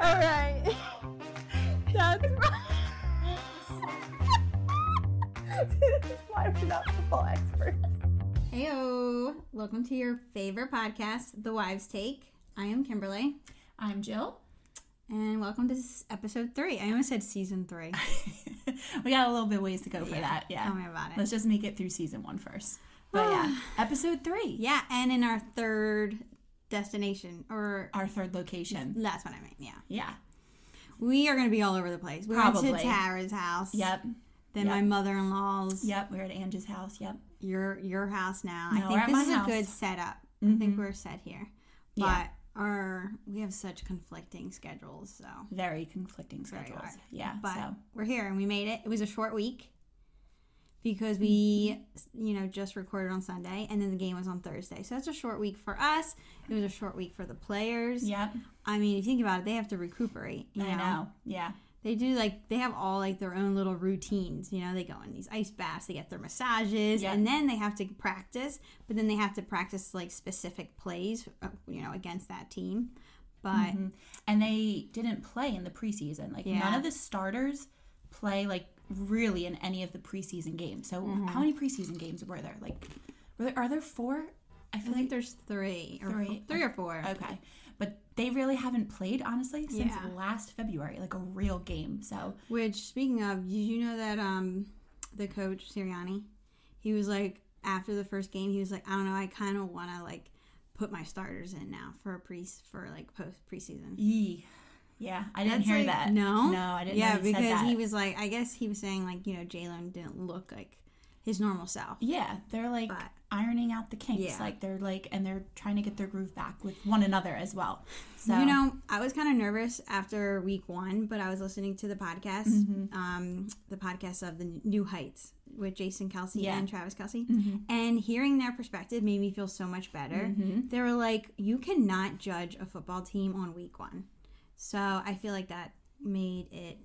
All right. That's this is why we're not football experts. Heyo! Welcome to your favorite podcast, The Wives Take. I am Kimberly, I'm Jill. and welcome to s- episode three. I almost said season three. we got a little bit ways to go for that. Tell Yeah. me about it. Let's just make it through season one first. But yeah, episode three, Yeah, and in our third destination, or our third location. that's what I mean. Yeah, Yeah. we are going to be all over the place. We went Probably. to Tara's house. Yep. Then yep. my mother-in-law's. Yep. We're at Angie's house. Yep. Your your house now. No, we're I think at this my is house. Mm-hmm. a good setup. I think we're set here. But Yeah. our we have such conflicting schedules, so Very conflicting schedules. hard. yeah. but so we're here and we made it. It was a short week because we, you know, just recorded on Sunday and then the game was on Thursday. So that's a short week for us. It was a short week for the players. yep. I mean, if you think about it, they have to recuperate. You I know. Yeah. They do like they have all like their own little routines. You know, they go in these ice baths, they get their massages, Yeah. and then they have to practice. But then they have to practice like specific plays, uh, you know, against that team. But Mm-hmm. And they didn't play in the preseason. Like Yeah. none of the starters play like really in any of the preseason games. So Mm-hmm. how many preseason games were there? Like were there, are there four? I I feel like think there's three, or Three. three or four. Okay. But they really haven't played, honestly, since Mm-hmm. Yeah. last February, like a real game. So, Which, speaking of, did you know that um, the coach Sirianni, he was like after the first game, he was like, I don't know, I kind of want to like put my starters in now for a pre for like post preseason. yee. yeah, I didn't That's hear like- that. No, No, I didn't Yeah, know he because said that. he was like, I guess he was saying like, you know, Jalen didn't look like his normal self. yeah, they're like But- ironing out the kinks. Yeah. Like they're like, and they're trying to get their groove back with one another as well. So, You know, I was kind of nervous after week one, but I was listening to the podcast, Mm-hmm. um, the podcast of the New Heights with Jason Kelsey Yeah. and Travis Kelsey, Mhm. and hearing their perspective made me feel so much better. Mhm. They were like, "You cannot judge a football team on week one," so I feel like that made it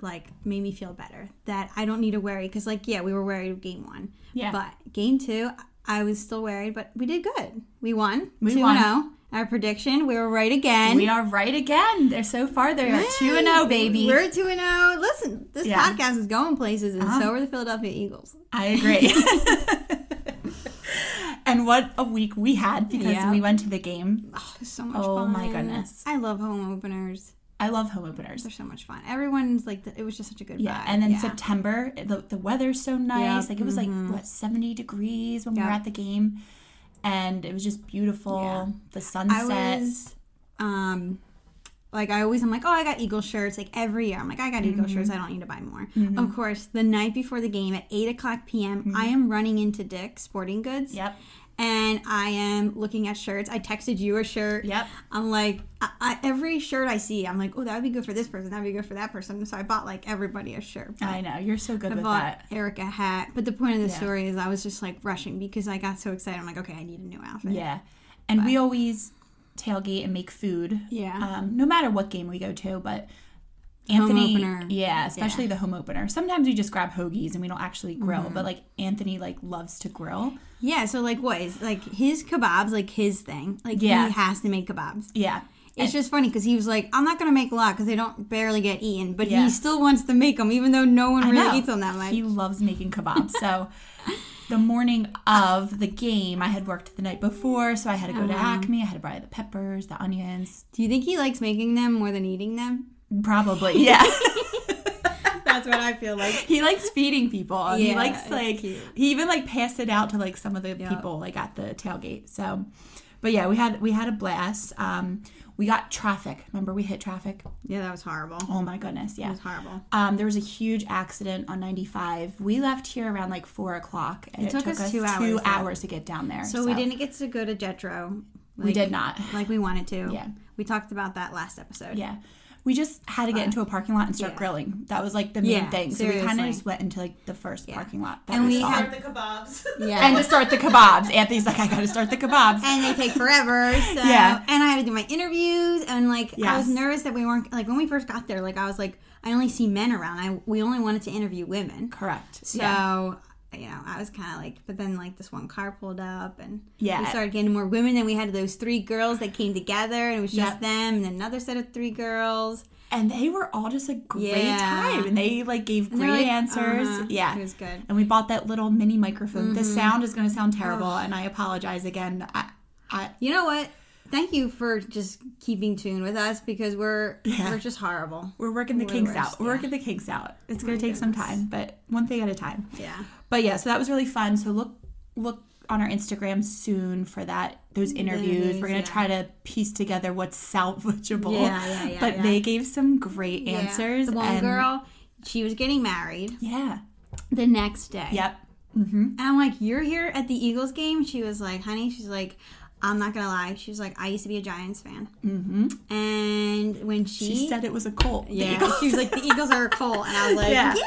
like made me feel better that I don't need to worry because like yeah, we were worried of game one, Yeah. but game two. I was still worried, but we did good. We won. oh. We 2 won. 0. Our prediction, we were right again. we are right again. They're so far. They're 2 and 0, baby. We're 2 and 0. Listen, this Yeah. Uh-huh. podcast is going places, and so are the Philadelphia Eagles. I agree. and what a week we had because Yeah. we went to the game. Oh, so much Oh, fun. my goodness. I love home openers. I love home openers. They're so much fun. Everyone's like, it was just such a good Yeah, vibe. and then September, the, the weather's so nice. Yep, Mm-hmm. Like it was like what seventy degrees when we Yep. were at the game, and it was just beautiful. Yeah. The I sunset. was, um, like I always, I'm like, oh, I got Eagle shirts. Like every year, I'm like, I got Eagle Mm-hmm. shirts. I don't need to buy more. Of course, the night before the game at eight o'clock p.m., Mm-hmm. I am running into Dick's Sporting Goods. Yep. and I am looking at shirts. I texted you a shirt. Yep. I'm like, I, I, every shirt I see, I'm like, oh, that would be good for this person. That would be good for that person. So I bought like everybody a shirt. I know you're so good I with bought that. Eric a hat. But the point of the Yeah. story is I was just like rushing because I got so excited. I'm like, okay, I need a new outfit. Yeah, and we always tailgate and make food. Yeah. Um, no matter what game we go to, but. Anthony, opener. yeah, Mm-hmm. especially the home opener. Sometimes we just grab hoagies and we don't actually grill, but like Anthony like loves to grill. Yeah. So like, what is like his kebabs, like his thing. Like Yeah. he has to make kebabs. Yeah, It's just funny because he was like, I'm not going to make a lot because they don't barely get eaten. But Yeah. he still wants to make them even though no one I really know. eats them that much. He loves making kebabs. So the morning of the game, I had worked the night before, so I had to go to Acme. I had to buy the peppers, the onions. Do you think he likes making them more than eating them? Probably, yeah. That's what I feel like. he likes feeding people. he Yeah, likes it's like cute. he even like passed it out to like some of the people like at the tailgate. So, but yeah, we had we had a blast. Um, we got traffic. Remember, we hit traffic. Yeah, that was horrible. It Oh my goodness, yeah. was horrible. Um, there was a huge accident on 95. We left here around like four o'clock, and it, took us two hours, two though. hours to get down there. So, we didn't get to go to Jetro. Like, we did not. Like we wanted to. Yeah. We talked about that last episode. Yeah. We just had to get into a parking lot and start yeah. grilling. That was like the main Yeah, thing. So we kind of seriously. just went into like the first parking lot. That And we we saw. had- The kebabs. Yeah. and And, to start the kebabs. Anthony's like, I gotta start the kebabs. they take forever. So Yeah. and I had to do my interviews and like I was Yes. nervous that we weren't like when we first got there, like I was like, I only see men around. I we only wanted to interview women. Correct. So yeah. you know, I was kind of like, but then like this one car pulled up and Yeah. we started getting more women. Then we had those three girls that came together and it was just Yep. them and another set of three girls. and they were all just a great Yeah. time and they like gave And great they're like, answers uh-huh. yeah It was Mm-hmm. good. and we bought that little mini microphone the sound is going to sound terrible and i apologize again i i You know what? Thank you for just keeping tuned with us because we're Yeah. we're just horrible. we're working the We're kinks worse, out. We're yeah. Oh working the kinks out. It's going to take some time, but one thing at a time. Yeah. But yeah, so that was really fun. So look look on our Instagram soon for that those interviews. interviews, We're going to try yeah. to piece together what's salvageable. Yeah, yeah, yeah, but yeah. they gave some great Yeah. answers. The one and- girl, she was getting married Yeah. the next day. Yep. And I'm like, you're here at the Eagles game? She was like, honey, she's like, I'm not gonna lie. She was like, I used to be a Giants fan. Mm-hmm. And when she, She said it was a cult. The yeah, Eagles. she was like, the Eagles are a cult, and I was like, Yeah. yeah.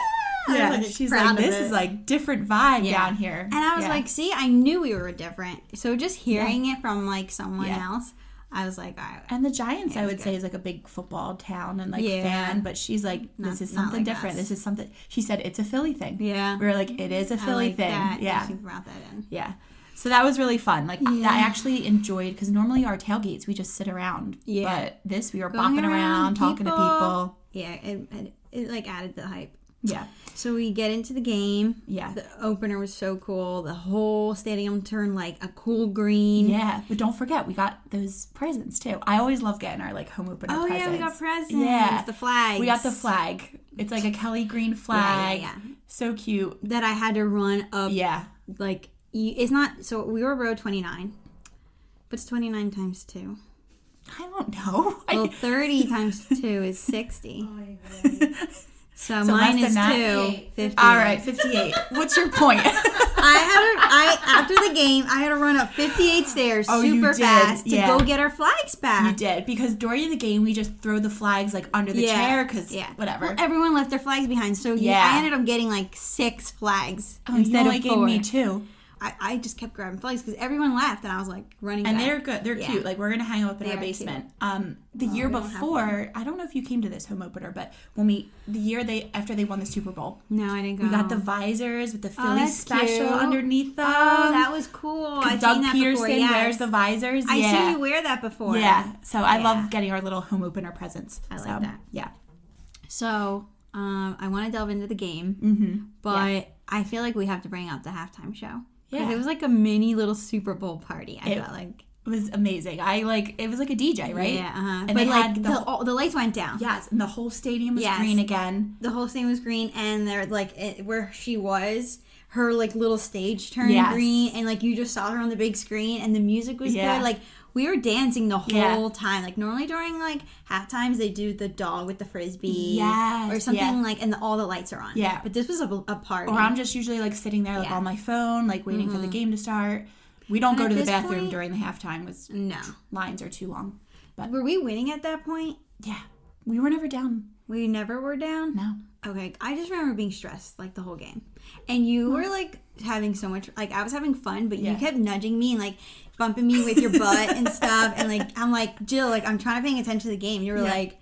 I yeah. was, like, She's proud like of this it. is like different vibe Yeah. down here. And I was Yeah. like, see, I knew we were different. So just hearing it from like someone Yeah. else, I was like, I, And the Giants, I it's would say, is like a big football town and like Yeah. fan, but she's like, this Not- is not something like different. us. This is something. She said it's a Philly thing. yeah, We were like, it is a I Philly like thing. that that Yeah. she brought that in. Yeah. So that was really fun. Like, I, Yeah. I actually enjoyed because normally our tailgates, we just sit around. Yeah. But this, we were Going bopping around, around, talking to people. people. Yeah, it, it, it like added the hype. Yeah. So we get into the game. Yeah. The opener was so cool. The whole stadium turned like a cool green. Yeah. But don't forget, we got those presents too. I always love getting our like home opener Oh presents. yeah, we got presents. Yeah. The flags. We got the flag. It's like a Kelly green Yeah, flag. yeah, yeah. So cute. That I had to run up. Yeah. Like you, it's not. So we were row twenty nine. But it's 29 times 2. I don't know. I- Well, 30 times 2 is 60. So So, less mine than is 2. that? 58. All right, 58. What's your point? I had a, I after the game, I had to run up 58 stairs Oh, you super did, fast to yeah. go get our flags back. you did because during the game we just throw the flags like under the chair because whatever. Well, everyone left their flags behind, so yeah. Yeah. I ended up getting like six flags Oh, instead you only of four. gave me two, I, I just kept grabbing flags because everyone left, and I was like running. and back. they're good. They're Yeah. cute. Like we're gonna hang them up in They our are cute. Oh, basement. Um, the year we don't have before, I don't know if you came to this home opener, but when we the year they after they won the Super Bowl, no, I didn't go. we got the visors with the Philly Oh. that's special cute. underneath them. Oh, that was cool. I've Doug seen that Peterson before. Yes. wears the visors. I yeah. seen you wear that before. Yeah, so I Yeah. love getting our little home opener presents. I like so, that. Yeah, So um, I want to delve into the game, Mm-hmm. but I feel like we have to bring up the halftime show. 'Cause Yeah. it was like a mini little Super Bowl party. I It- felt like. it was amazing. I like it was like a DJ, right? Yeah, uh-huh. And but they like had the the, whole- all- the lights went down. Yes, and the whole stadium was Yes. green again. the whole thing was green and there like it, where she was her like little stage turned Yes. green and like you just saw her on the big screen and the music was Yeah. good like we were dancing the whole Yeah. time like normally during like half times they do the dog with the frisbee Yes, or something yeah. like and the, all the lights are on Yeah. but this was a, a party Or I'm just usually like sitting there like Mm-hmm. Yeah. on my phone, like waiting for the game to start. We don't But go at to the this bathroom point- during the halftime because no lines are too long. But were we winning at that point yeah, we were never down. we never were down No. Okay, I just remember being stressed like the whole game, and you were like having so much. Like I was having fun, but Yeah. you kept nudging me and like bumping me with your butt and stuff. And like I'm like Jill, like I'm trying to paying attention to the game. You were Yeah. like,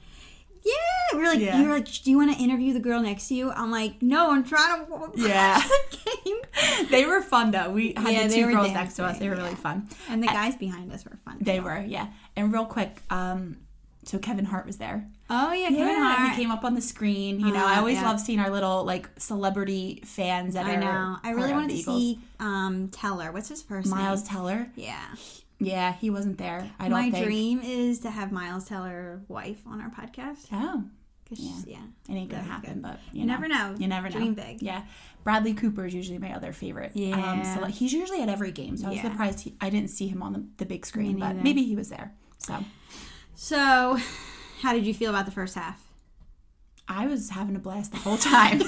yeah, we were like Yeah. you were like, do you want to interview the girl next to you? I'm like, no, I'm trying to watch Yeah. the game. They were fun though. We had Yeah, the they two were girls next to us. dancing, They were yeah. really fun. And the guys behind us were fun. They were, yeah. And real quick, um, so Kevin Hart was there. Oh yeah, Kevin Yeah, Hart. he came up on the screen. You know, Uh, I always yeah. love seeing our little like celebrity fans that I are. know. I part really of wanted the to Eagles. see um Teller. What's his first Miles name? Teller. Yeah. Yeah, he wasn't there. I don't My think. dream is to have Miles Teller wife on our podcast. Oh, 'Cause she's- yeah. it ain't gonna That'd be happen, good. but You, never know. You never know. Oh, Dream big. Yeah, Bradley Cooper is usually my other favorite. um, Yeah. so like, he's usually at every game. So I was Yeah. surprised he, I didn't see him on the, the big screen, but neither. maybe he was there. So So, how did you feel about the first half? I was having a blast the whole time.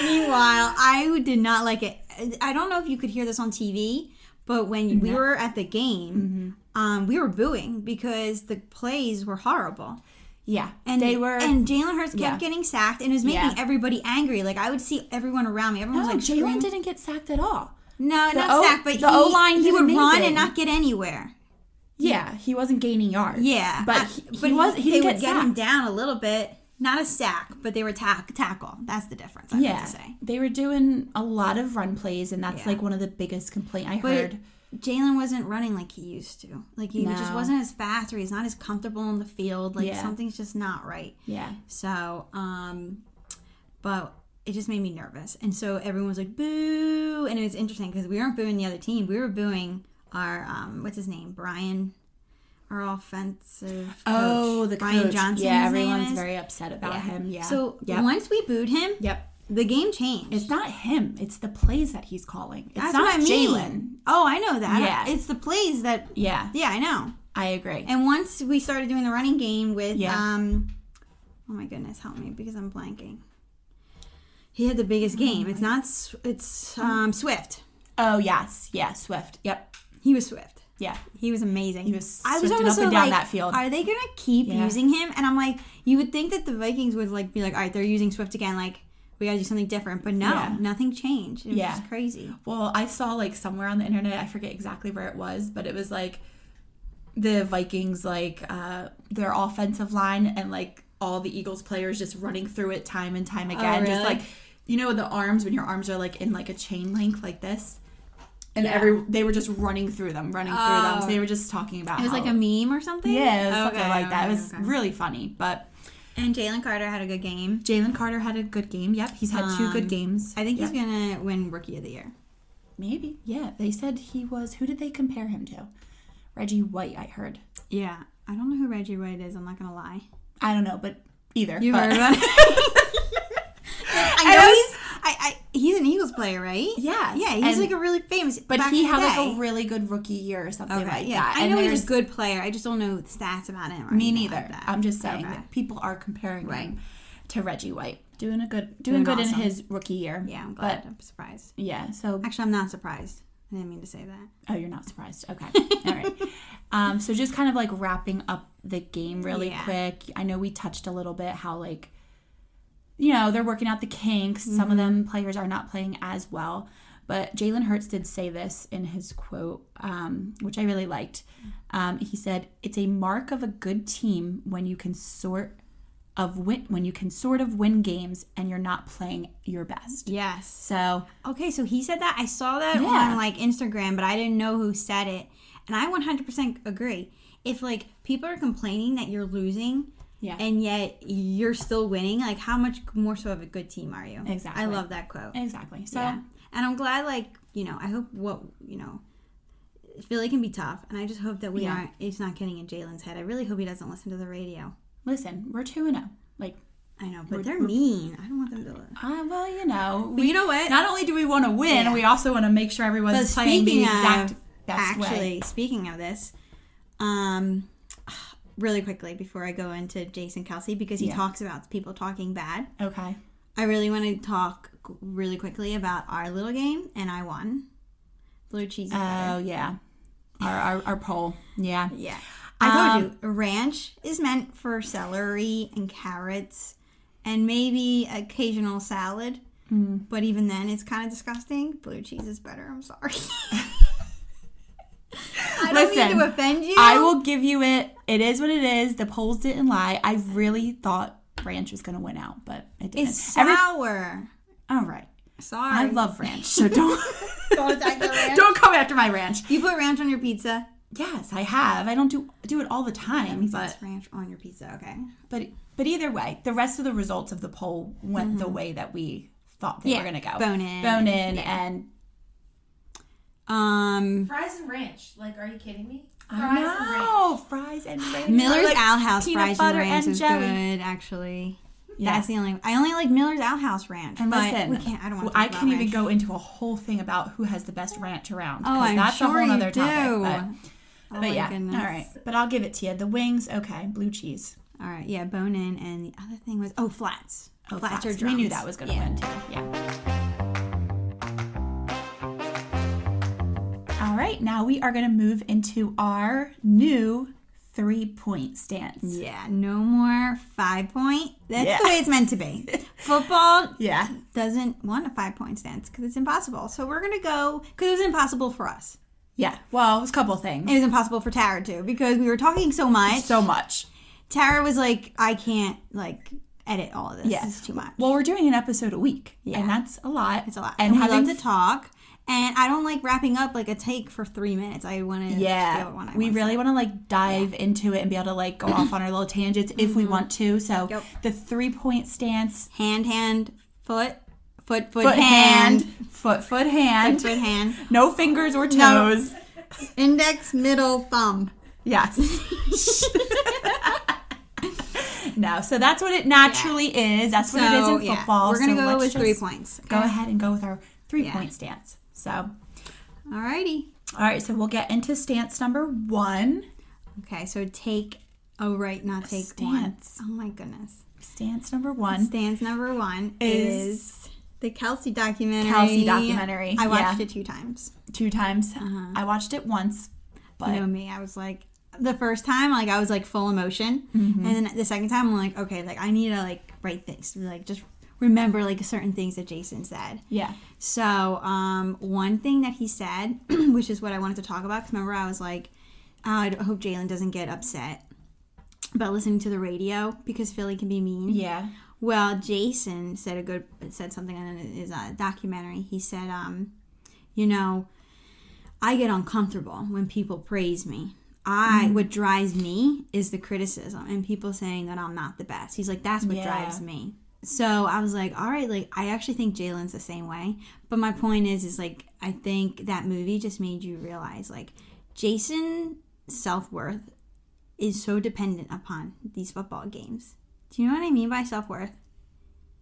Meanwhile, I did not like it. I don't know if you could hear this on TV, but when we were at the game, Mm-hmm. um, we were booing because the plays were horrible. yeah, And they were. And Jalen Hurts kept Yeah. getting sacked and it was making Yeah. everybody angry. Like, I would see everyone around me. no, Everyone was like, Jalen screaming. didn't get sacked at all. No, not O- sacked, but the he, O-line he did would run amazing. and not get anywhere. Yeah, he wasn't gaining yards. Yeah, but I- he, he was. He they didn't would get get sacked. him down a little bit. Not a sack, but they were tack- tackle. That's the difference. I yeah, meant to say. they were doing a lot of run plays, and that's Yeah. like one of the biggest complaint I But- heard. Jalen wasn't running like he used to. Like he just No. wasn't as fast, or he's not as comfortable on the field. Like Yeah. something's just not right. Yeah, So, um, but it just made me nervous. And so everyone was like, boo. And it was interesting because we weren't booing the other team. We were booing our, um, what's his name? Brian, our offensive coach. oh, the Brian coach. Johnson. Yeah, his name everyone's is. very upset about Yeah. him. Yeah. So yep. once we booed him, yep. the game changed. It's not him. It's the plays that he's calling. It's That's not what I mean. Jalen. Oh, I know that. Yeah. It's the plays that, Yeah, yeah, I know. I agree. And once we started doing the running game with, Yeah. um, oh my goodness, help me because I'm blanking. He had the biggest game. It's not. S- It's um, Swift. Oh yes, yeah, Swift. Yep. He was Swift. Yeah. He was amazing. He was swifting up almost and down that field. Are they gonna keep Yeah. using him? And I'm like, you would think that the Vikings would like be like, all right, they're using Swift again. Like we gotta do something different. But no, Yeah. nothing changed. It was Yeah. just crazy. Well, I saw like somewhere on the internet, I forget exactly where it was, but it was like the Vikings like uh their offensive line and like all the Eagles players just running through it time and time again. Just Oh, really? like you know the arms when your arms are like in like a chain link like this. And Yeah. every they were just running through them, running through them. So Oh. they were just talking about It was how- like a meme or something. yeah, it was something Okay, like that. It okay, was okay. really funny. But And Jalen Carter had a good game. Jalen Carter had a good game. Yep, he's had two good games. I think Yep. he's gonna win Rookie of the Year. Maybe. Yeah. They said he was. Who did they compare him to? Reggie White, I heard. Yeah, I don't know who Reggie White is. I'm not gonna lie. I don't know, but either. You but- heard about it? I I know was- he's. I, I he's an Eagles player, right? Yeah. Yeah, he's and- like a really famous. But back he in the had like day. a really good rookie year or something Okay, like yeah, that. I And know he's a there's- good player. I just don't know the stats about him. Or Me anything neither. Like that. I'm just saying Okay. that people are comparing Right. him to Reggie White. Doing a good, doing, Doing good awesome. in his rookie year. Yeah, I'm glad. But I'm surprised. yeah, so Actually, I'm not surprised. I didn't mean to say that. oh, you're not surprised. Okay, all right. Um, so just kind of like wrapping up the game really Yeah. quick. I know we touched a little bit how like you know, they're working out the kinks. Some of them players are not playing as well. But Jalen Hurts did say this in his quote, um, which I really liked. Um, he said, "It's a mark of a good team when you can sort of win when you can sort of win games and you're not playing your best." Yes. So Okay, so he said that. I saw that Yeah. on like Instagram, but I didn't know who said it. And I 100% agree. If like people are complaining that you're losing, yeah, and yet you're still winning. Like, how much more so of a good team are you? Exactly. I love that quote. exactly. So Yeah. And I'm glad, like, you know, I hope what, you know, Philly can be tough. And I just hope that we Yeah. aren't, it's not getting in Jalen's head. I really hope he doesn't listen to the radio. listen, we're two and zero. Like, I know, but they're mean. I don't want them to. ah, well, you know, But we you know what? not only do we want to win, Yeah. we also want to make sure everyone's playing the speaking exact of- best Actually, way. speaking of this, um, really quickly before I go into Jason Kelsey, because he Yeah. talks about people talking bad. Okay. I really want to talk qu- really quickly about our little game, and I won. Blue cheese. is Oh better. yeah, our, our our poll. Yeah, yeah. I Um, told you, ranch is meant for celery and carrots, and maybe occasional salad. Mm. But even then, it's kind of disgusting. Blue cheese is better. I'm sorry. I don't Listen, mean to offend you. I will give you it. It is what it is. The polls didn't lie. I really thought ranch was gonna win out, but it didn't. It's Every- sour. all right. Sorry. I love ranch, so don't Don't attack the ranch. don't come after my ranch. You put ranch on your pizza. Yes, I have. I don't do do it all the time, but It's ranch on your pizza. Okay. but but either way, the rest of the results of the poll went the way that we thought they Mm-hmm. Yeah, were gonna go. bone in. bone in, and Um, Fries and ranch. Like, are you kidding me? Fries I and ranch. know fries and ranch. Miller's Like Owl House peanut fries and butter ranch and is jelly. good, actually. Yeah. That's the only. I only like Miller's Owl House ranch. And but listen, we can't. I don't want. I can even go into a whole thing about who has the best ranch around. Oh, 'cause I'm that's sure a whole you other do. topic. But, Oh but my yeah, goodness. all right. But I'll give it to you. The wings, okay. Blue cheese. All right. Yeah, bone in, and the other thing was oh flats. Oh, flats, or flats. drums. We knew that was going to Yeah. win too. Yeah. All right. Now we are going to move into our new three point stance. Yeah, no more five point. That's Yeah. the way it's meant to be. Football Yeah. doesn't want a five point stance because it's impossible. So we're gonna go because it was impossible for us. Yeah. Well, it was a couple things. It was impossible for Tara too because we were talking so much. so much. Tara was like, I can't like edit all of this. Yeah. This is too much. Well, we're doing an episode a week, Yeah. and that's a lot. it's a lot. And And we having love to talk. And I don't like wrapping up like a take for three minutes. I want to yeah, we really want to like dive into it and be able to like go off on our little tangents if we want to. So Mm-hmm. Yep. the three point stance, hand hand foot foot foot, foot hand, hand, foot foot hand, foot hand no fingers or toes. No. index middle thumb. Yes. no, so that's what it naturally is. That's what it is So, in yeah, football. we're gonna So go let's with just three points. Okay? Go ahead and go with our three Yeah. point stance. So, all Alrighty. right, so we'll get into stance number one. Okay, so take. Oh right, not take Stance. one. Oh my goodness. Stance number one. Stance number one Is- is, the Kelsey documentary. Kelsey documentary, I watched yeah. it two times. Two times. I watched it once, but Uh-huh. You know me. I was like the first time, like I was like full emotion, Mm-hmm. and then the second time, I'm like, okay, like I need to like write things, like just remember like certain things that Jason said. yeah. So, um, one thing that he said, which is what I wanted to talk about, because remember I was like, oh, I d- hope Jalen doesn't get upset about listening to the radio because Philly can be mean. Yeah. Well, Jason said a good said something in his uh, documentary. He said, um, you know, I get uncomfortable when people praise me. I what drives me is the criticism and people saying that I'm not the best. He's like, that's what Yeah. drives me. So I was like, all right, like I actually think Jalen's the same way. But my point is, is like I think that movie just made you realize like Jason's self worth is so dependent upon these football games. Do you know what I mean by self worth?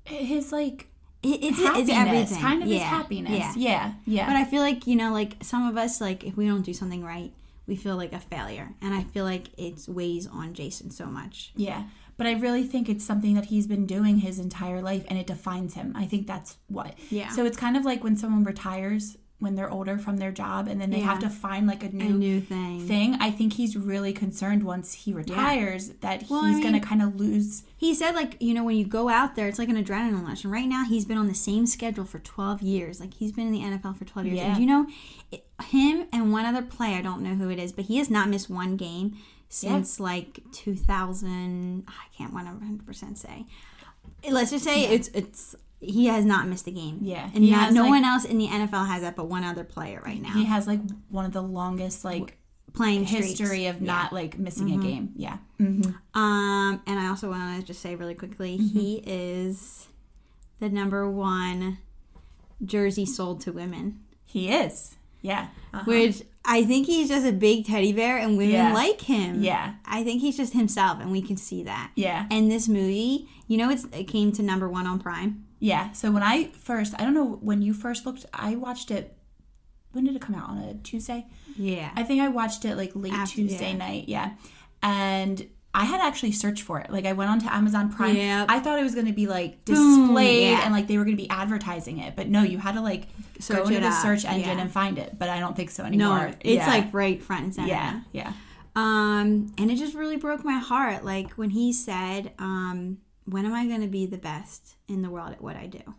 His like It, it's, happiness, it's everything. kind of yeah. his happiness. Yeah. Yeah. Yeah. But I feel like, you know, like some of us, like if we don't do something right, we feel like a failure. And I feel like it's weighs on Jason so much. Yeah. But I really think it's something that he's been doing his entire life and it defines him. I think that's what. Yeah. So it's kind of like when someone retires when they're older from their job and then they have to Yeah. find like a A new new thing. thing. I think he's really concerned once he retires that Well, I he's going mean- to kind of lose. He said, like, you know, when you go out there, it's like an adrenaline rush. And right now, he's been on the same schedule for 12 years. Like, he's been in the NFL for 12 years. Yeah. And you know, it, him and one other player, I don't know who it is, but he has not missed one game since like 2000. I can't 100% say. Let's just say it's, it's, he has not missed a game. Yeah. And He not, has, no like- one else in the NFL has that but one other player right now. He has like one of the longest like Playing streaks. Mm-hmm. history of not like missing a game. Yeah. Um, and I also want to just say really quickly, Mm-hmm. he is the number one jersey sold to women, He is. Yeah. which I think he's just a big teddy bear, and women Uh-huh. Yeah. like him. Yeah. I think he's just himself, and we can see that. Yeah. And this movie, you know, it's it came to number one on Prime. Yeah. So when I first, I don't know when you first looked, I watched it. When did it come out? On a Tuesday? Yeah, I think I watched it like late After- Tuesday yeah. night. Yeah. And I had actually searched for it. Like I went onto Amazon Prime. Yep. I thought it was going to be like Boom, displayed yeah. and like they were going to be advertising it. But no, you had to like Search go into it the up, search engine yeah. and find it. But I don't think so no, anymore. it's Yeah. like right front and center. yeah, yeah, Um, and it just really broke my heart. Like when he said, um, when am I going to be the best in the world at what I do?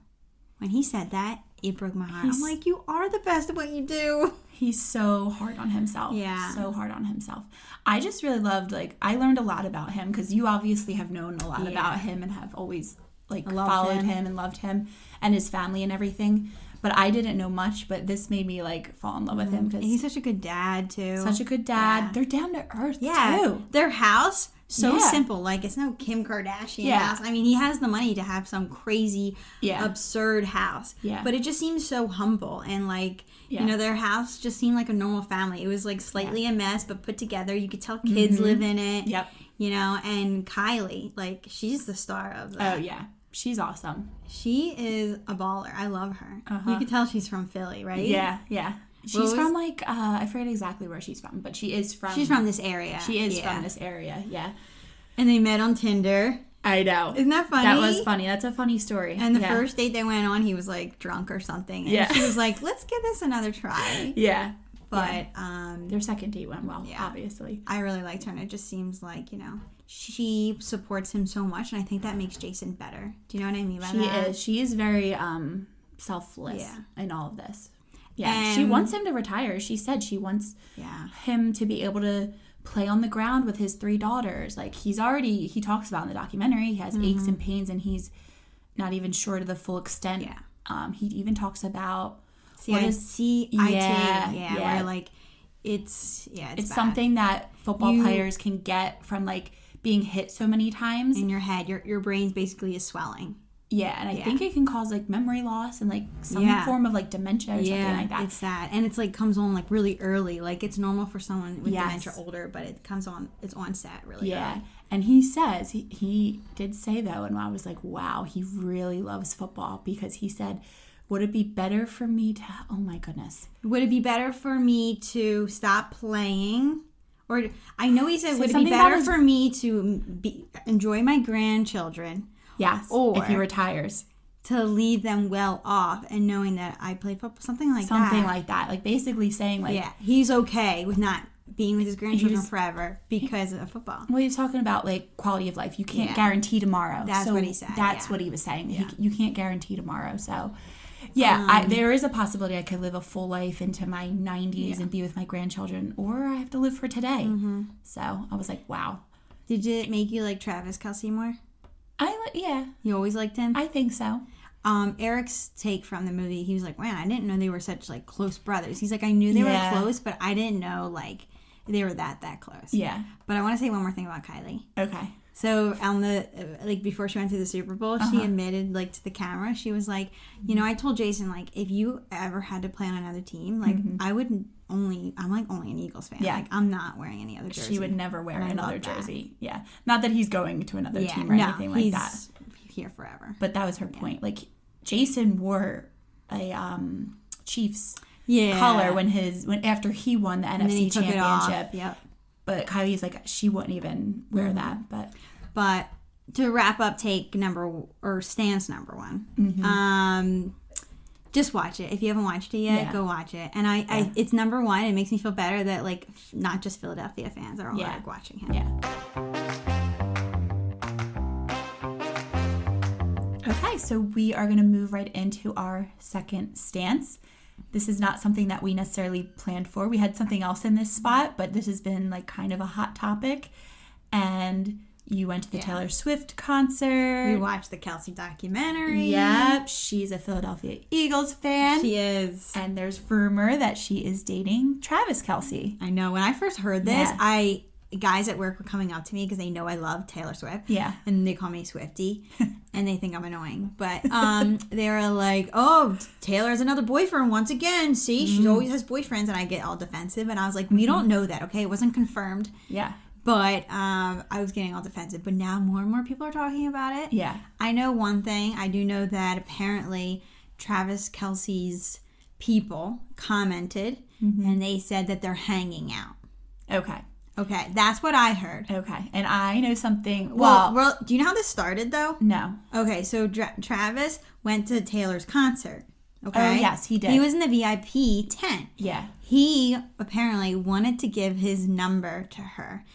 When he said that, it broke my heart. He's- I'm like, you are the best at what you do. he's so hard on himself. Yeah. so hard on himself. I just really loved like I learned a lot about him because you obviously have known a lot Yeah. about him and have always like Loved followed him. him. and loved him and his family and everything. But I didn't know much. But this made me like fall in love with him And because he's Mm, he's such a good dad too. such a good dad. They're down to earth yeah. too. Their house so Yeah. simple. Like it's no Kim Kardashian Yeah. house. I mean, he has the money to have some crazy, Yeah. absurd house. Yeah. But it just seems so humble and like. Yeah. You know, their house just seemed like a normal family. It was like slightly a mess, but put together. You could tell kids live in it. Mm-hmm. Yep. you know and kylie like she's the star of Oh that yeah, she's awesome. she is a baller i love her you can tell she's from philly right Uh-huh. Yeah, yeah. She's was- from like uh, I forget exactly where she's from, but she is from. she's from this area She is Yeah. from this area. Yeah. and they met on tinder I know. isn't that funny That was funny. That's a funny story. and the yeah. first date they went on he was like drunk or something and Yeah. she was like let's give this another try Yeah. but um Their second date went well, Yeah. obviously. i really liked her and it just seems like you know she supports him so much and i think that makes jason better do you know what i mean by She that is she is very um selfless Yeah. in all of this. Yeah. she And- wants him to retire. She said she wants yeah him to be able to play on the ground with his three daughters. Like he's already he talks about in the documentary, he has Mm-hmm. aches and pains and he's not even sure to the full extent. Yeah. Um, he even talks about See, What I is- see. I Yeah, yeah, yeah, yeah. Where like it's yeah, it's, it's bad. something that football You- players can get from like being hit so many times. in your head. Your your brain basically is swelling. yeah, and I Yeah. think it can cause like memory loss and like some Yeah. form of like dementia or something like that. it's sad, and it's like comes on like really early. Like it's normal for someone with Yes. dementia older, but it comes on it's onset really. Yeah. early. And he says, he, he did say though, and I was like, wow, he really loves football because he said, would it be better for me to, oh my goodness. Would it be better for me to stop playing? Or I know he said, would it be something about better his- for me to be, enjoy my grandchildren, Yes. Or- if he retires, to leave them well off, and knowing that I play football, something like something that. like that. Like basically saying, like, yeah, he's okay with not being with his grandchildren was- forever because of football. well, he's talking about like quality of life. You can't Yeah. guarantee tomorrow. That's So what he said, That's yeah. Um, what he was saying. He- you can't guarantee tomorrow. So, yeah, I, there is a possibility I could live a full life into my 90s and be with my grandchildren, or I have to live for today. Mm-hmm. So I was like, wow. Did it make you like Travis Kelsey more? I, li- yeah, You always liked him. I think so. um, Eric's take from the movie, he was like, "Wow, I didn't know they were such like close brothers." He's like, "I knew they Yeah. were close, but I didn't know like they were that that close." Yeah. But I want to say one more thing about Kylie. Okay. So on the uh, like before she went to the Super Bowl, Uh-huh. she admitted like to the camera, she was like, "You know, I told Jason like if you ever had to play on another team, like I would only I'm like only an Eagles fan. Mm-hmm. Yeah. Like I'm not wearing any other jersey." She would never wear I another love that. jersey. Yeah. Not that he's going to another yeah, team or no, anything like he's that. Here forever. But that was her point. Like Jason wore a um Chiefs Yeah. collar when his when after he won the and then he NFC took it off. championship. Yep. But Kylie's like she wouldn't even wear Mm. that. But But to wrap up, take number or Stan's number one. Um, just watch it if you haven't watched it yet. Yeah. Go watch it, and I, I it's number one. It makes me feel better that like f- not just Philadelphia fans are all Yeah. like watching him. yeah. Okay, so we are going to move right into our second stance. This is not something that we necessarily planned for. We had something else in this spot, but this has been like kind of a hot topic. And you went to the Taylor Swift concert. We watched the Kelsey documentary. Yep, she's a Philadelphia Eagles fan. she is. and there's rumor that she is dating Travis Kelsey. I know. When I first heard this, Yeah. I guys at work were coming up to me because they know I love Taylor Swift. Yeah. and they call me Swifty, and they think I'm annoying. But um, they were like, "Oh, Taylor has another boyfriend once again. See, Mm. she always has boyfriends." And I get all defensive, and I was like, "We Mm-hmm. don't know that. Okay, it wasn't confirmed." Yeah. But um, I was getting all defensive. But now more and more people are talking about it. Yeah. I know one thing. I do know that apparently Travis Kelsey's people commented, Mm-hmm. and they said that they're hanging out. Okay. Okay, that's what I heard. Okay. And I know something. Well, Well, well, do you know how this started though? no. Okay, so Dra- Travis went to Taylor's concert. Okay. Oh, yes, he did. He was in the VIP tent. Yeah. He apparently wanted to give his number to her.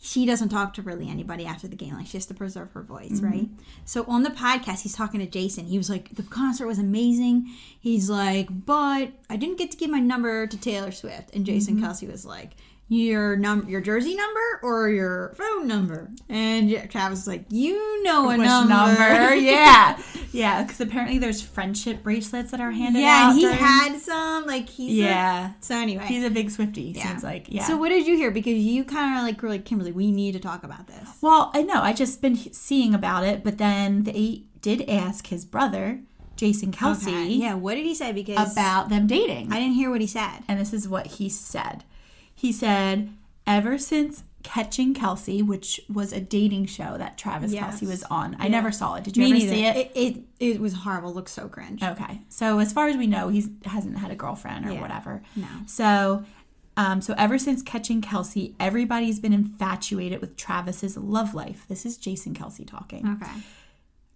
She doesn't talk to really anybody after the game. Like she has to preserve her voice, right? So on the podcast, he's talking to Jason. He was like, "The concert was amazing." He's like, "But I didn't get to give my number to Taylor Swift." And Jason Kelsey was like, "Your num, your jersey number or your phone number?" And Travis was like, "You know a Which number. yeah. Yeah. Because apparently there's friendship bracelets that are handed out. Yeah, and he during- had some. Like he's yeah. Yeah. so anyway, He's a big Swifty, seems like. Yeah. So what did you hear? Because you kind of like were like Kimberly, we need to talk about this. Well, I know. I just been he- seeing about it, but then they did ask his brother, Jason Kelsey, Okay. Yeah. What did he say? Because about them dating. I didn't hear what he said. and this is what he said. He said, "Ever since Catching Kelsey, which was a dating show that Travis Yes. Kelsey was on, I never saw it. Did you ever see it? It, Oh. it it was horrible. Looks so cringe. Okay. So as far as we know, he hasn't had a girlfriend or Yeah. whatever. No. So, um, so ever since catching Kelsey, everybody's been infatuated with Travis's love life. This is Jason Kelsey talking. Okay.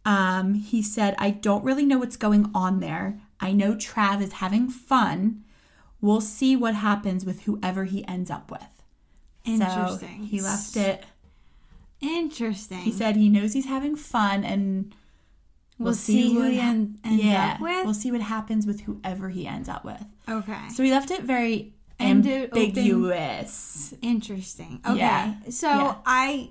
Um, he said, I don't really know what's going on there. I know Trav is having fun. We'll see what happens with whoever he ends up with. Interesting. So he left it. Interesting. He said he knows he's having fun and we'll, see, who what he hap- en- ends yeah, up with. We'll see what happens with whoever he ends up with. okay. So he left it very Ended open- ambiguous. Interesting. Okay. Yeah. So Yeah. I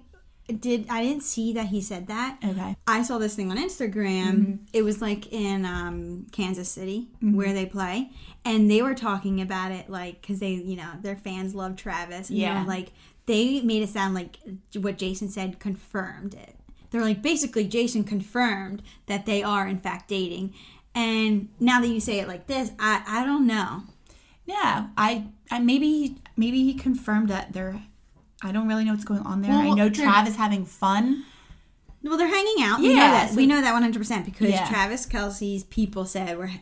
did I didn't see that he said that. Okay. I saw this thing on Instagram. Mm-hmm. It was like in um, Kansas City where they play, and they were talking about it like because they, you know, their fans love Travis. And they were Yeah. like they made it sound like what Jason said confirmed it. They're like basically Jason confirmed that they are in fact dating. And now that you say it like this, I I don't know. Yeah. I, I maybe maybe he confirmed that they're. I don't really know what's going on there. I Well, know they're- Trav is having fun. Well, they're hanging out. we know Yeah, that. so- we know that one hundred percent because Yeah. Travis Kelsey's people said we're h-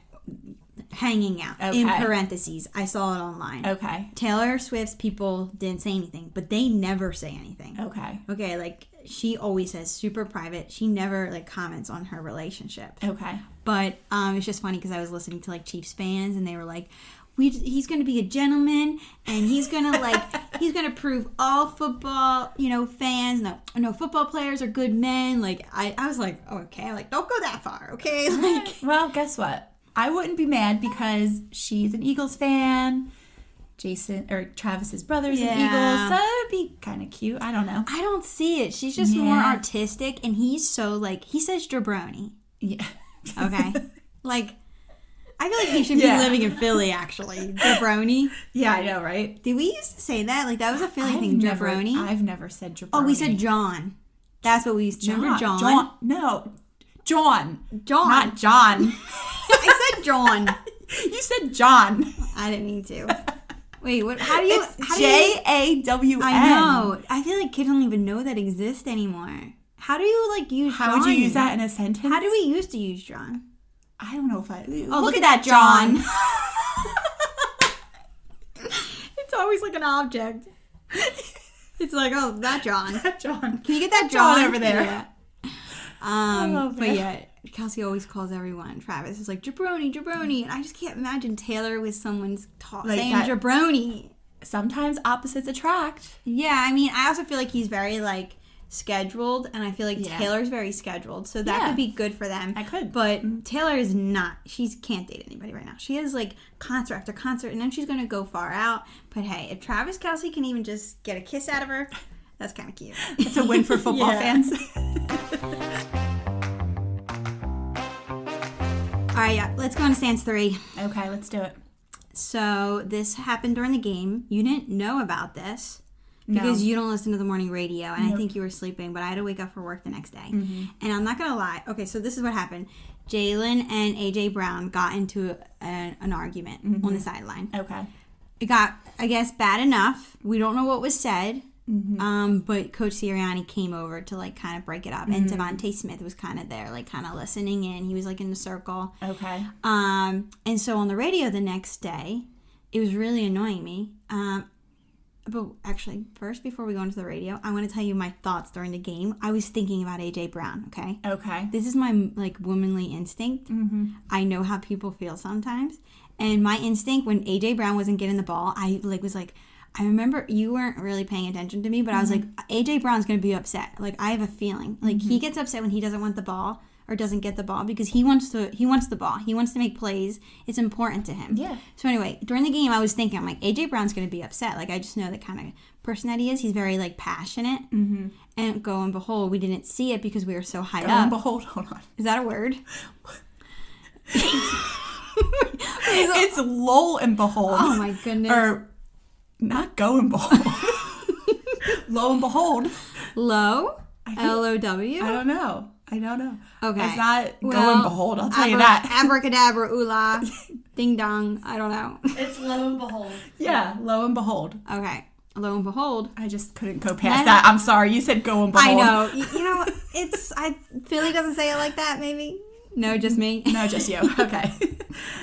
hanging out in Okay. parentheses. I saw it online. Okay. Taylor Swift's people didn't say anything, but they never say anything. Okay. Okay, like she always says super private. She never like comments on her relationship. Okay. But um, it's just funny because I was listening to like Chiefs fans and they were like, "We he's going to be a gentleman and he's going to like he's going to prove all football you know fans no no football players are good men." Like I, I was like, "Okay, like don't go that far, okay?" Like Well, guess what? I wouldn't be mad because she's an Eagles fan. Jason or Travis's brother's an Yeah. Eagles, so it'd be kind of cute. I don't know. I don't see it. She's just more Yeah. artistic and he's so like he says jabroni. Yeah. Okay. like, I feel like he should Yeah. be living in Philly, actually. Jabroni. Yeah, I know, right? Did we used to say that? Like, that was a Philly I've thing, never, jabroni. I've never said jabroni. oh, we said John. That's what we used to remember, John. John. No, John. John. Not John. I said John. you said John. I didn't mean to. Wait, what? How do you? how do you? J A W N. I know. I feel like kids don't even know that exists anymore. How do you like use? How would John? you use that in a sentence? How do we used to use John? I don't know if I. Oh, look, at that, John. it's always like an object. it's like, oh, that John. That John. Can you get that John John over there. Yeah. Um, love but it. yeah, Kelsey always calls everyone. Travis is like jabroni, jabroni, and I just can't imagine Taylor with someone's ta- Like saying that- jabroni. Sometimes opposites attract. Yeah, I mean, I also feel like he's very like scheduled, and I feel like Yeah. Taylor's very scheduled, so that Yeah. could be good for them. That could. but Taylor is not. She can't date anybody right now. She has like concert after concert, and then she's gonna go far out. But hey, if Travis Kelsey can even just get a kiss out of her, that's kind of cute. It's a win for football Yeah. fans. All right, yeah, let's go on to stance three. okay, let's do it. So this happened during the game. You didn't know about this No. because you don't listen to the morning radio, and I think you were sleeping. But I had to wake up for work the next day, and I'm not gonna lie. Okay, so this is what happened. Jalen and AJ Brown got into an, an argument on the sideline. Okay. It got, I guess, bad enough. We don't know what was said, um, but Coach Sirianni came over to like kind of break it up, and Devontae Smith was kind of there, like kind of listening in. He was like in the circle. Okay. Um, and so on the radio the next day, it was really annoying me. Um, but actually, first, before we go into the radio, I want to tell you my thoughts during the game. I was thinking about AJ Brown, okay? Okay. This is my like womanly instinct. I know how people feel sometimes, and my instinct when AJ Brown wasn't getting the ball, I like was like, I remember you weren't really paying attention to me, but I was like, AJ Brown's gonna be upset. Like I have a feeling, like he gets upset when he doesn't want the ball or doesn't get the ball because he wants to. He wants the ball. He wants to make plays. It's important to him. Yeah. So anyway, during the game, I was thinking, I'm like, AJ Brown's gonna be upset. Like I just know the kind of person that he is. He's very like passionate. Mm-hmm. And go and behold, we didn't see it because we were so high Lo up. and behold, hold on. Is that a word? It's Er, lo and behold. Oh my goodness. Or not go and behold. lo and behold. Low? I think- L O W? I don't know. I don't know. Okay. It's not go Well, and behold. I'll tell you abra- that. Abracadabra, oola, ding dong. I don't know. It's lo and behold. Yeah. Lo and behold. Okay. Lo and behold. I just couldn't go past that. That- I'm sorry. You said go and behold. I know. You, you know, it's. I Philly doesn't say it like that, maybe. No, just me. No, just you. Okay.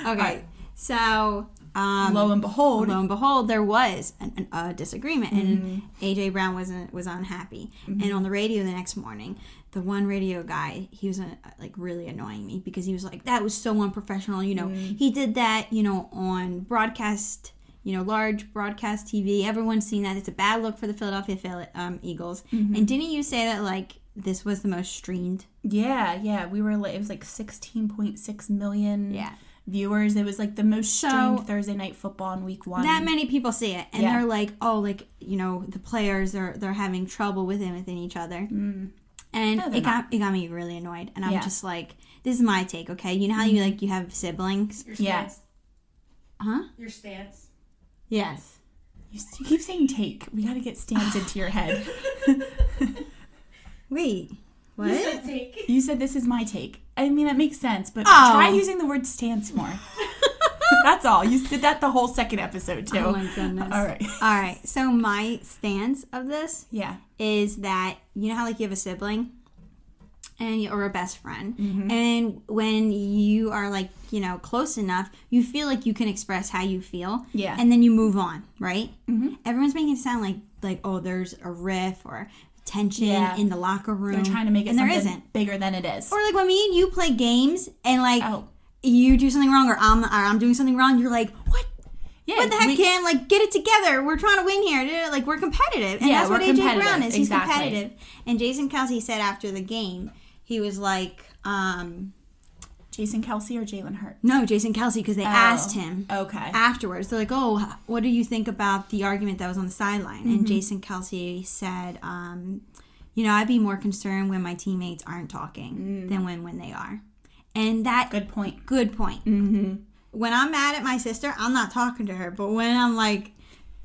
Okay. right. So, um, lo and behold. lo and behold, there was an, an, a disagreement, and AJ Brown wasn't was unhappy. And on the radio the next morning, the one radio guy he was uh, like really annoying me because he was like, "That was so unprofessional." You know, he did that. You know, on broadcast. You know, large broadcast TV. Everyone's seen that. It's a bad look for the Philadelphia Phil- um, Eagles. And didn't you say that like this was the most streamed? Yeah. Yeah. We were. li- It was like 16.6 million. viewers. It was like the most streamed So- Thursday night football in week one. That many people see it, Um, and Yeah. they're like, "Oh, like you know, the players are they're having trouble within within each other." Mm. And No, they're it got it got me really annoyed, and I'm Yeah. Mm-hmm. just like, "This is my take, okay? You know how you like you have siblings, Your Yeah. stance. huh? Your stance. Yes, You, s- you keep saying take. We got to get stands into your head. wait, what? You said take. You said this is my take. I mean, that makes sense, but Oh. try using the word stance more. That's all. You did that the whole second episode, too. oh my goodness! all right. all right. So my stance of this Yeah. is that you know how like you have a sibling and you, or a best friend Mm-hmm. and when you are like you know close enough you feel like you can express how you feel Yeah. Mm-hmm. and then you move on right everyone's making it sound like like oh there's a riff or tension Yeah. in the locker room They're trying to make it and there something isn't bigger than it is. or like when me and you play games and like Oh. you do something wrong or I'm or I'm doing something wrong you're like what yeah, what the heck, we- Kim? Like, get it together. We're trying to win here. Like, we're competitive. And Yeah, that's what we're AJ competitive. Brown is. He's Exactly. competitive. And Jason Kelsey said after the game, he was like, um, Jason Kelsey or Jalen Hurt? no, Jason Kelsey, because they asked him Okay. afterwards. They're like, oh, what do you think about the argument that was on the sideline? And Jason Kelsey said, um, you know, I'd be more concerned when my teammates aren't talking than when, when they are. And that Good point. good point. Mm-hmm. When I'm mad at my sister, I'm not talking to her. But when I'm like,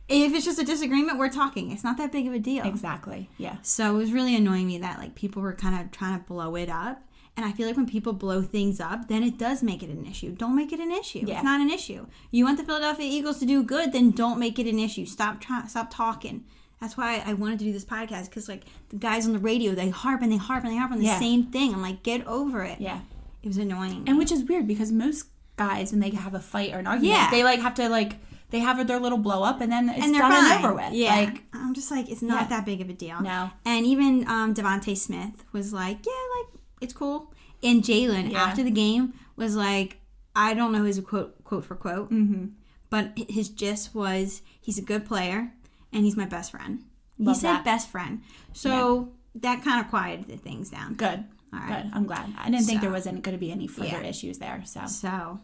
if it's just a disagreement, we're talking. It's not that big of a deal. Exactly. Yeah. So it was really annoying me that like people were kind of trying to blow it up. And I feel like when people blow things up, then it does make it an issue. Don't make it an issue. Yeah. It's not an issue. You want the Philadelphia Eagles to do good, then don't make it an issue. Stop trying. Stop talking. That's why I wanted to do this podcast because like the guys on the radio, they harp and they harp and they harp on the Yeah. same thing. I'm like, get over it. Yeah. It was annoying. And which is weird because most guys, when they have a fight or an argument, Yeah. they like have to like they have their little blow up and then it's and they're done fine. and over with. Yeah, Like I'm just like it's not Yeah. that big of a deal. No. and even um, Devonte Smith was like, yeah, like it's cool. And Jalen Yeah. after the game was like, I don't know his quote quote for quote, mm-hmm. but his gist was he's a good player and he's my best friend. Love he said that. best friend, so that kind of quieted things down. good. All right, Good. I'm glad. I didn't think So- there was going to be any further Yeah. issues there. So so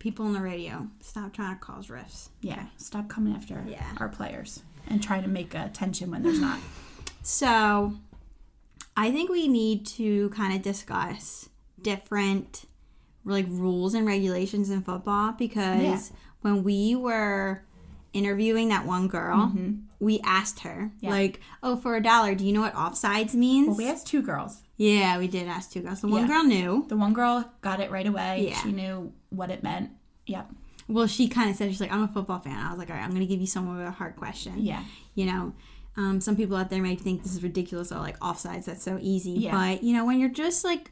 people on the radio stop trying to cause rifts. yeah, stop coming after Yeah. our players and try to make a tension when there's not. So, I think we need to kind of discuss different like rules and regulations in football because Yeah. when we were interviewing that one girl, we asked her Mm-hmm. Yeah. like, "Oh, for a dollar, do you know what offsides means?" Well, we asked two girls. yeah, we did ask two girls. The one Yeah. girl knew. The one girl got it right away. Yeah. She knew what it meant. Yep. Well, she kind of said she's like, "I'm a football fan." I was like, "All right, I'm going to give you someone with a hard question." Yeah. you know um, some people out there may think this is ridiculous or like offsides that's so easy Yeah. but you know when you're just like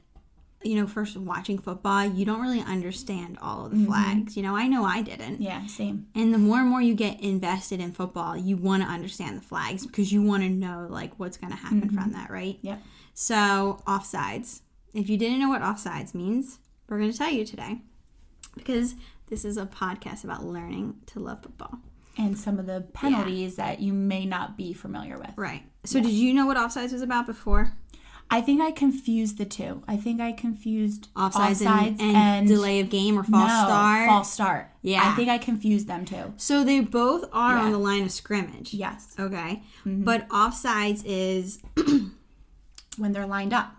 you know first watching football you don't really understand all of the flags you know i know i didn't Mm-hmm. Yeah. Same. and the more and more you get invested in football you want to understand the flags because you want to know like what's going to happen Mm-hmm. from that right Yep. so offsides if you didn't know what offsides means we're going to tell you today because this is a podcast about learning to love football And some of the penalties that you may not be familiar with. right so did you know what offsides was about before I think I confused the two. I think I confused offsides, and, and, delay of game or no, false start. False start. Yeah. I think I confused them too. So they both are Yeah. Mm-hmm. on the line of scrimmage. Yes, Okay. But offsides is when they're lined up,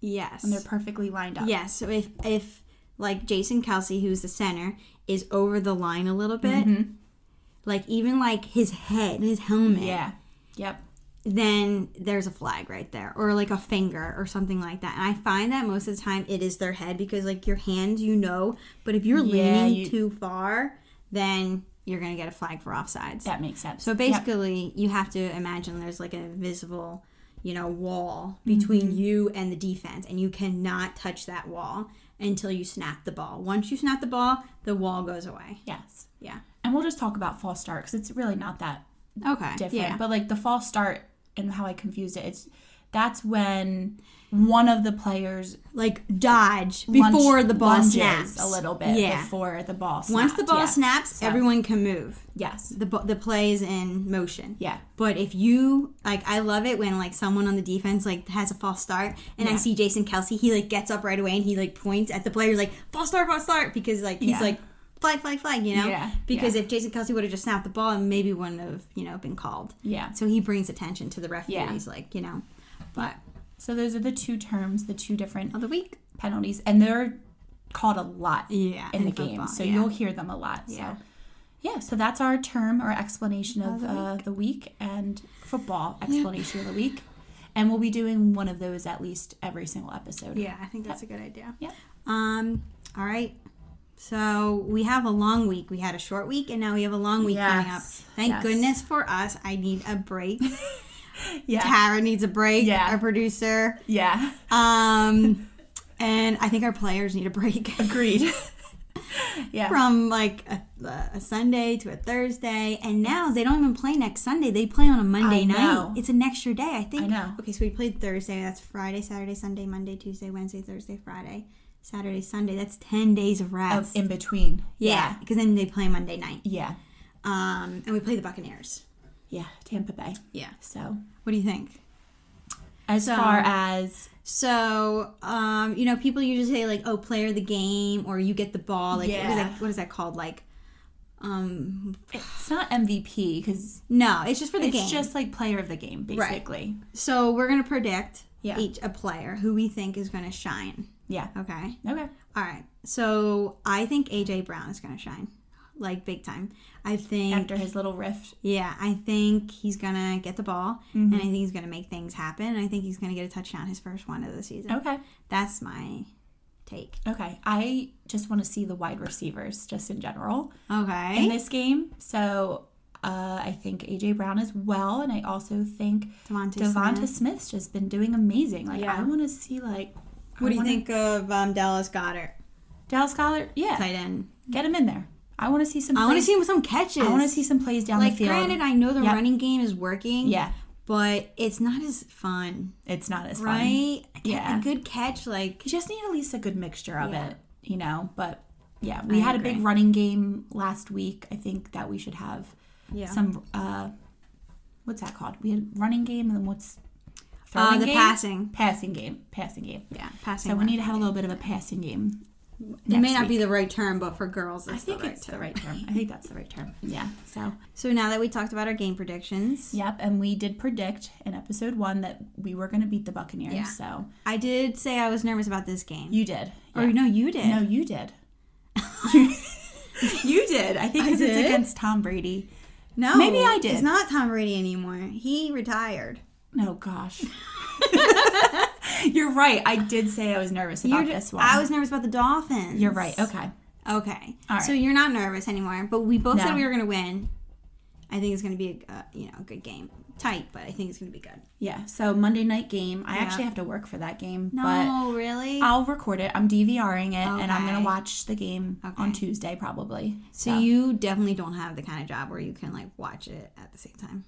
yes. when they're perfectly lined up. yes. So if if like Jason Kelsey, who's the center, is over the line a little bit, Mm-hmm. like even like his head and his helmet, Yeah. Yep. then there's a flag right there or like a finger or something like that. And I find that most of the time it is their head because like your hands, you know, but if you're Yeah, leaning you- too far, then you're going to get a flag for offsides. That makes sense. So Yep. basically, you have to imagine there's like an invisible, you know, wall between Mm-hmm. you and the defense and you cannot touch that wall until you snap the ball. Once you snap the ball, the wall goes away. Yes. Yeah. And we'll just talk about false start because it's really not that Okay. different. Yeah. But like the false start and how I confused it, it's that's when one of the players Like dodge before lunge- the ball lunges snaps a little bit Yeah. before the ball. Snapped. Once the ball yeah. snaps, So- everyone can move. yes, The bo- the play is in motion. yeah, But if you like, I love it when like someone on the defense like has a false start, and I Yeah. see Jason Kelsey, he like gets up right away and he like points at the players like false start, false start, because like he's Yeah. like flag, flag, flag, you know. Yeah, Because yeah. if Jason Kelsey would have just snapped the ball, and maybe wouldn't have you know been called. yeah. So he brings attention to the referees, Yeah. like you know. But So those are the two terms, the two different of the week, penalties, and they're called a lot yeah, in, the game, so you'll hear them a lot. Yeah. So. Yeah, so that's our term or explanation of Of the uh, the week and football explanation of the week. And we'll be doing one of those at least every single episode. Yeah, I think that's a good idea. Yeah. Um. All right. So we have a long week. We had a short week, and now we have a long week coming up. Yes. Thank Yes. goodness for us. I need a break. Yeah. Tara needs a break. Yeah. Our producer. yeah. Um. and I think our players need a break Agreed. yeah. from like a, a Sunday to a Thursday, and now they don't even play next Sunday. They play on a Monday I night. know. It's an extra day, I think. I know. Okay, so we played Thursday. That's Friday, Saturday, Sunday, Monday, Tuesday, Wednesday, Thursday, Friday, Saturday, Sunday. That's ten days of rest. Of in between. yeah, because then they play Monday night. Yeah. Um, and we play the Buccaneers. Yeah. Tampa Bay. Yeah. So What do you think? as far as So, um, you know, people usually say like, "Oh, player of the game," or "You get the ball." Like, what, is Yeah. that, what is that called? Like, um, it's not MVP because no, it's just for the it's game. just like player of the game Right. basically. So we're gonna predict Yeah. each a player who we think is gonna shine. Yeah. Okay. Okay. All right. So I think AJ Brown is gonna shine, like big time. I think. After his little rift. Yeah, I think he's gonna get the ball, and I Mm-hmm. think he's gonna make things happen. And I think he's gonna get a touchdown, his first one of the season. Okay. That's my take. Okay. I just want to see the wide receivers just in general in Okay. this game. So uh, I think AJ Brown as well, and I also think Devontae. Devonta Smith. Smith's just been doing amazing. Like Yeah. I want to see like I What do you wanna- think of um, Dallas Goddard, Dallas Goddard? Yeah, tight end? get him in there. I want to see some. I want to plays- see him with some catches. I want to see some plays down Like, the field. granted, I know the Yep. running game is working. yeah, but it's not as fun, it's not as fun. right? A ca- Yeah. a good catch, like You just need at least a good mixture of Yeah. it, you know. But yeah, we I had a big agree. running game last week. I think that we should have yeah. some. uh What's that called? We had running game and then what's uh, the game? passing, passing game, passing game. yeah, passing. So we round. need to have a little bit of a passing game. It may next not week. be the right term, but for girls, it's I think the right it's term. the right term. I think that's the right term. Yeah. So, So now that we talked about our game predictions, yep. And we did predict in episode one that we were going to beat the Buccaneers. Yeah. So I did say I was nervous about this game. you did. Or no, you did. Yeah. No, you did. you did. I think I 'cause it's did? against Tom Brady. No, Maybe I did. It's not Tom Brady anymore. He retired. No, gosh. You're right. I did say I was nervous about You're- this one. I was nervous about the Dolphins. You're right. Okay. Okay. All right. So you're not nervous anymore, but we both said No. we were going to win. I think it's going to be a uh, you know a good game, tight, but I think it's going to be good. Yeah. So Monday night game. I Yeah. actually have to work for that game, but No, really. I'll record it. I'm DVRing it, and I'm gonna Okay. watch the game on Okay. Tuesday probably. So you definitely don't have the kind of job where you can like watch it at the same time.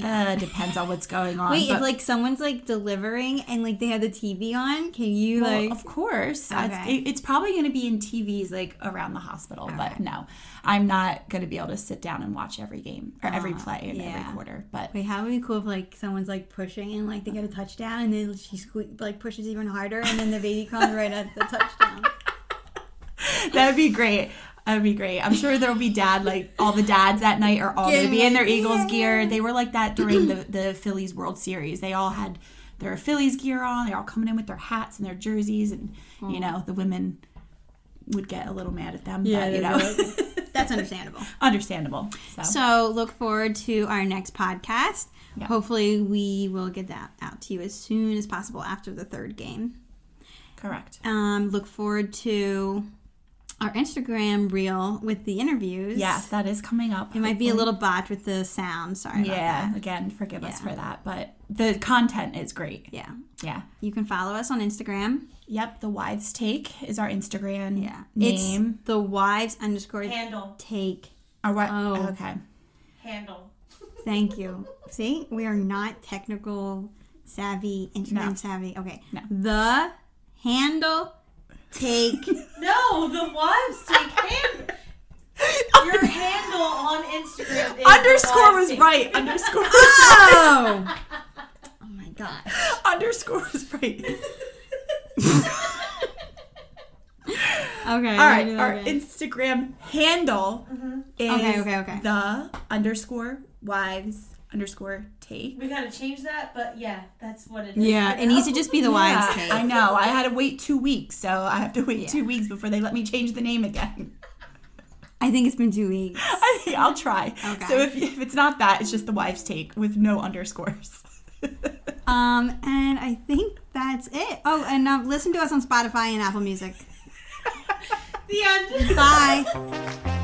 uh, depends on what's going on. Wait, Um, but- if like someone's like delivering and like they have the TV on, can you Well, like? of course, That's- Okay. it- it's probably gonna be in TVs like around the hospital, but no, I'm not gonna be able to sit down and watch every game or every play and every Uh, yeah. quarter. But Wait, how would it be cool if like someone's like pushing and like they get a touchdown and then she sque- like pushes even harder and then the baby comes right at the touchdown. that'd be great. That'd be great. I'm sure there'll be dad like all the dads that night are all gonna Getting be in like, their Eagles gear. They were like that during the the Phillies World Series. They all had their Phillies gear on. They're all coming in with their hats and their jerseys, and Mm. you know the women would get a little mad at them. but, you know, That's understandable. understandable. So, So look forward to our next podcast. Yeah. Hopefully, we will get that out to you as soon as possible after the third game. correct. Um, look forward to our Instagram reel with the interviews. Yes, that is coming up. It might be a little botch with the sound. Sorry about Yeah. that. Again, forgive us Yeah. for that, but the content is great. Yeah. Yeah. You can follow us on Instagram. Yep. The Wives Take is our Instagram name. It's the wives underscore Handle. take. or what? oh. Okay. Handle. Thank you. See, we are not technical savvy, Instagram savvy. Okay. No. The handle take No, the wives take hand. Your handle on Instagram. Is Underscore wives was take- right. Underscore. Oh. oh my god. underscore was right. Okay. All right. maybe Our okay. Instagram handle Mm-hmm. is Okay, okay, okay. the underscore wives underscore take. We gotta change that, but yeah, that's what it is. yeah, right it now. needs to just be the wives Yeah, take. I know. I had to wait two weeks, so I have to wait two weeks before they let me change the name again. I think it's been two weeks. I think I'll try. Okay. So if, if it's not that, it's just the wives take with no underscores. Um, and I think that's it. Oh, and um, listen to us on Spotify and Apple Music. The end. Bye.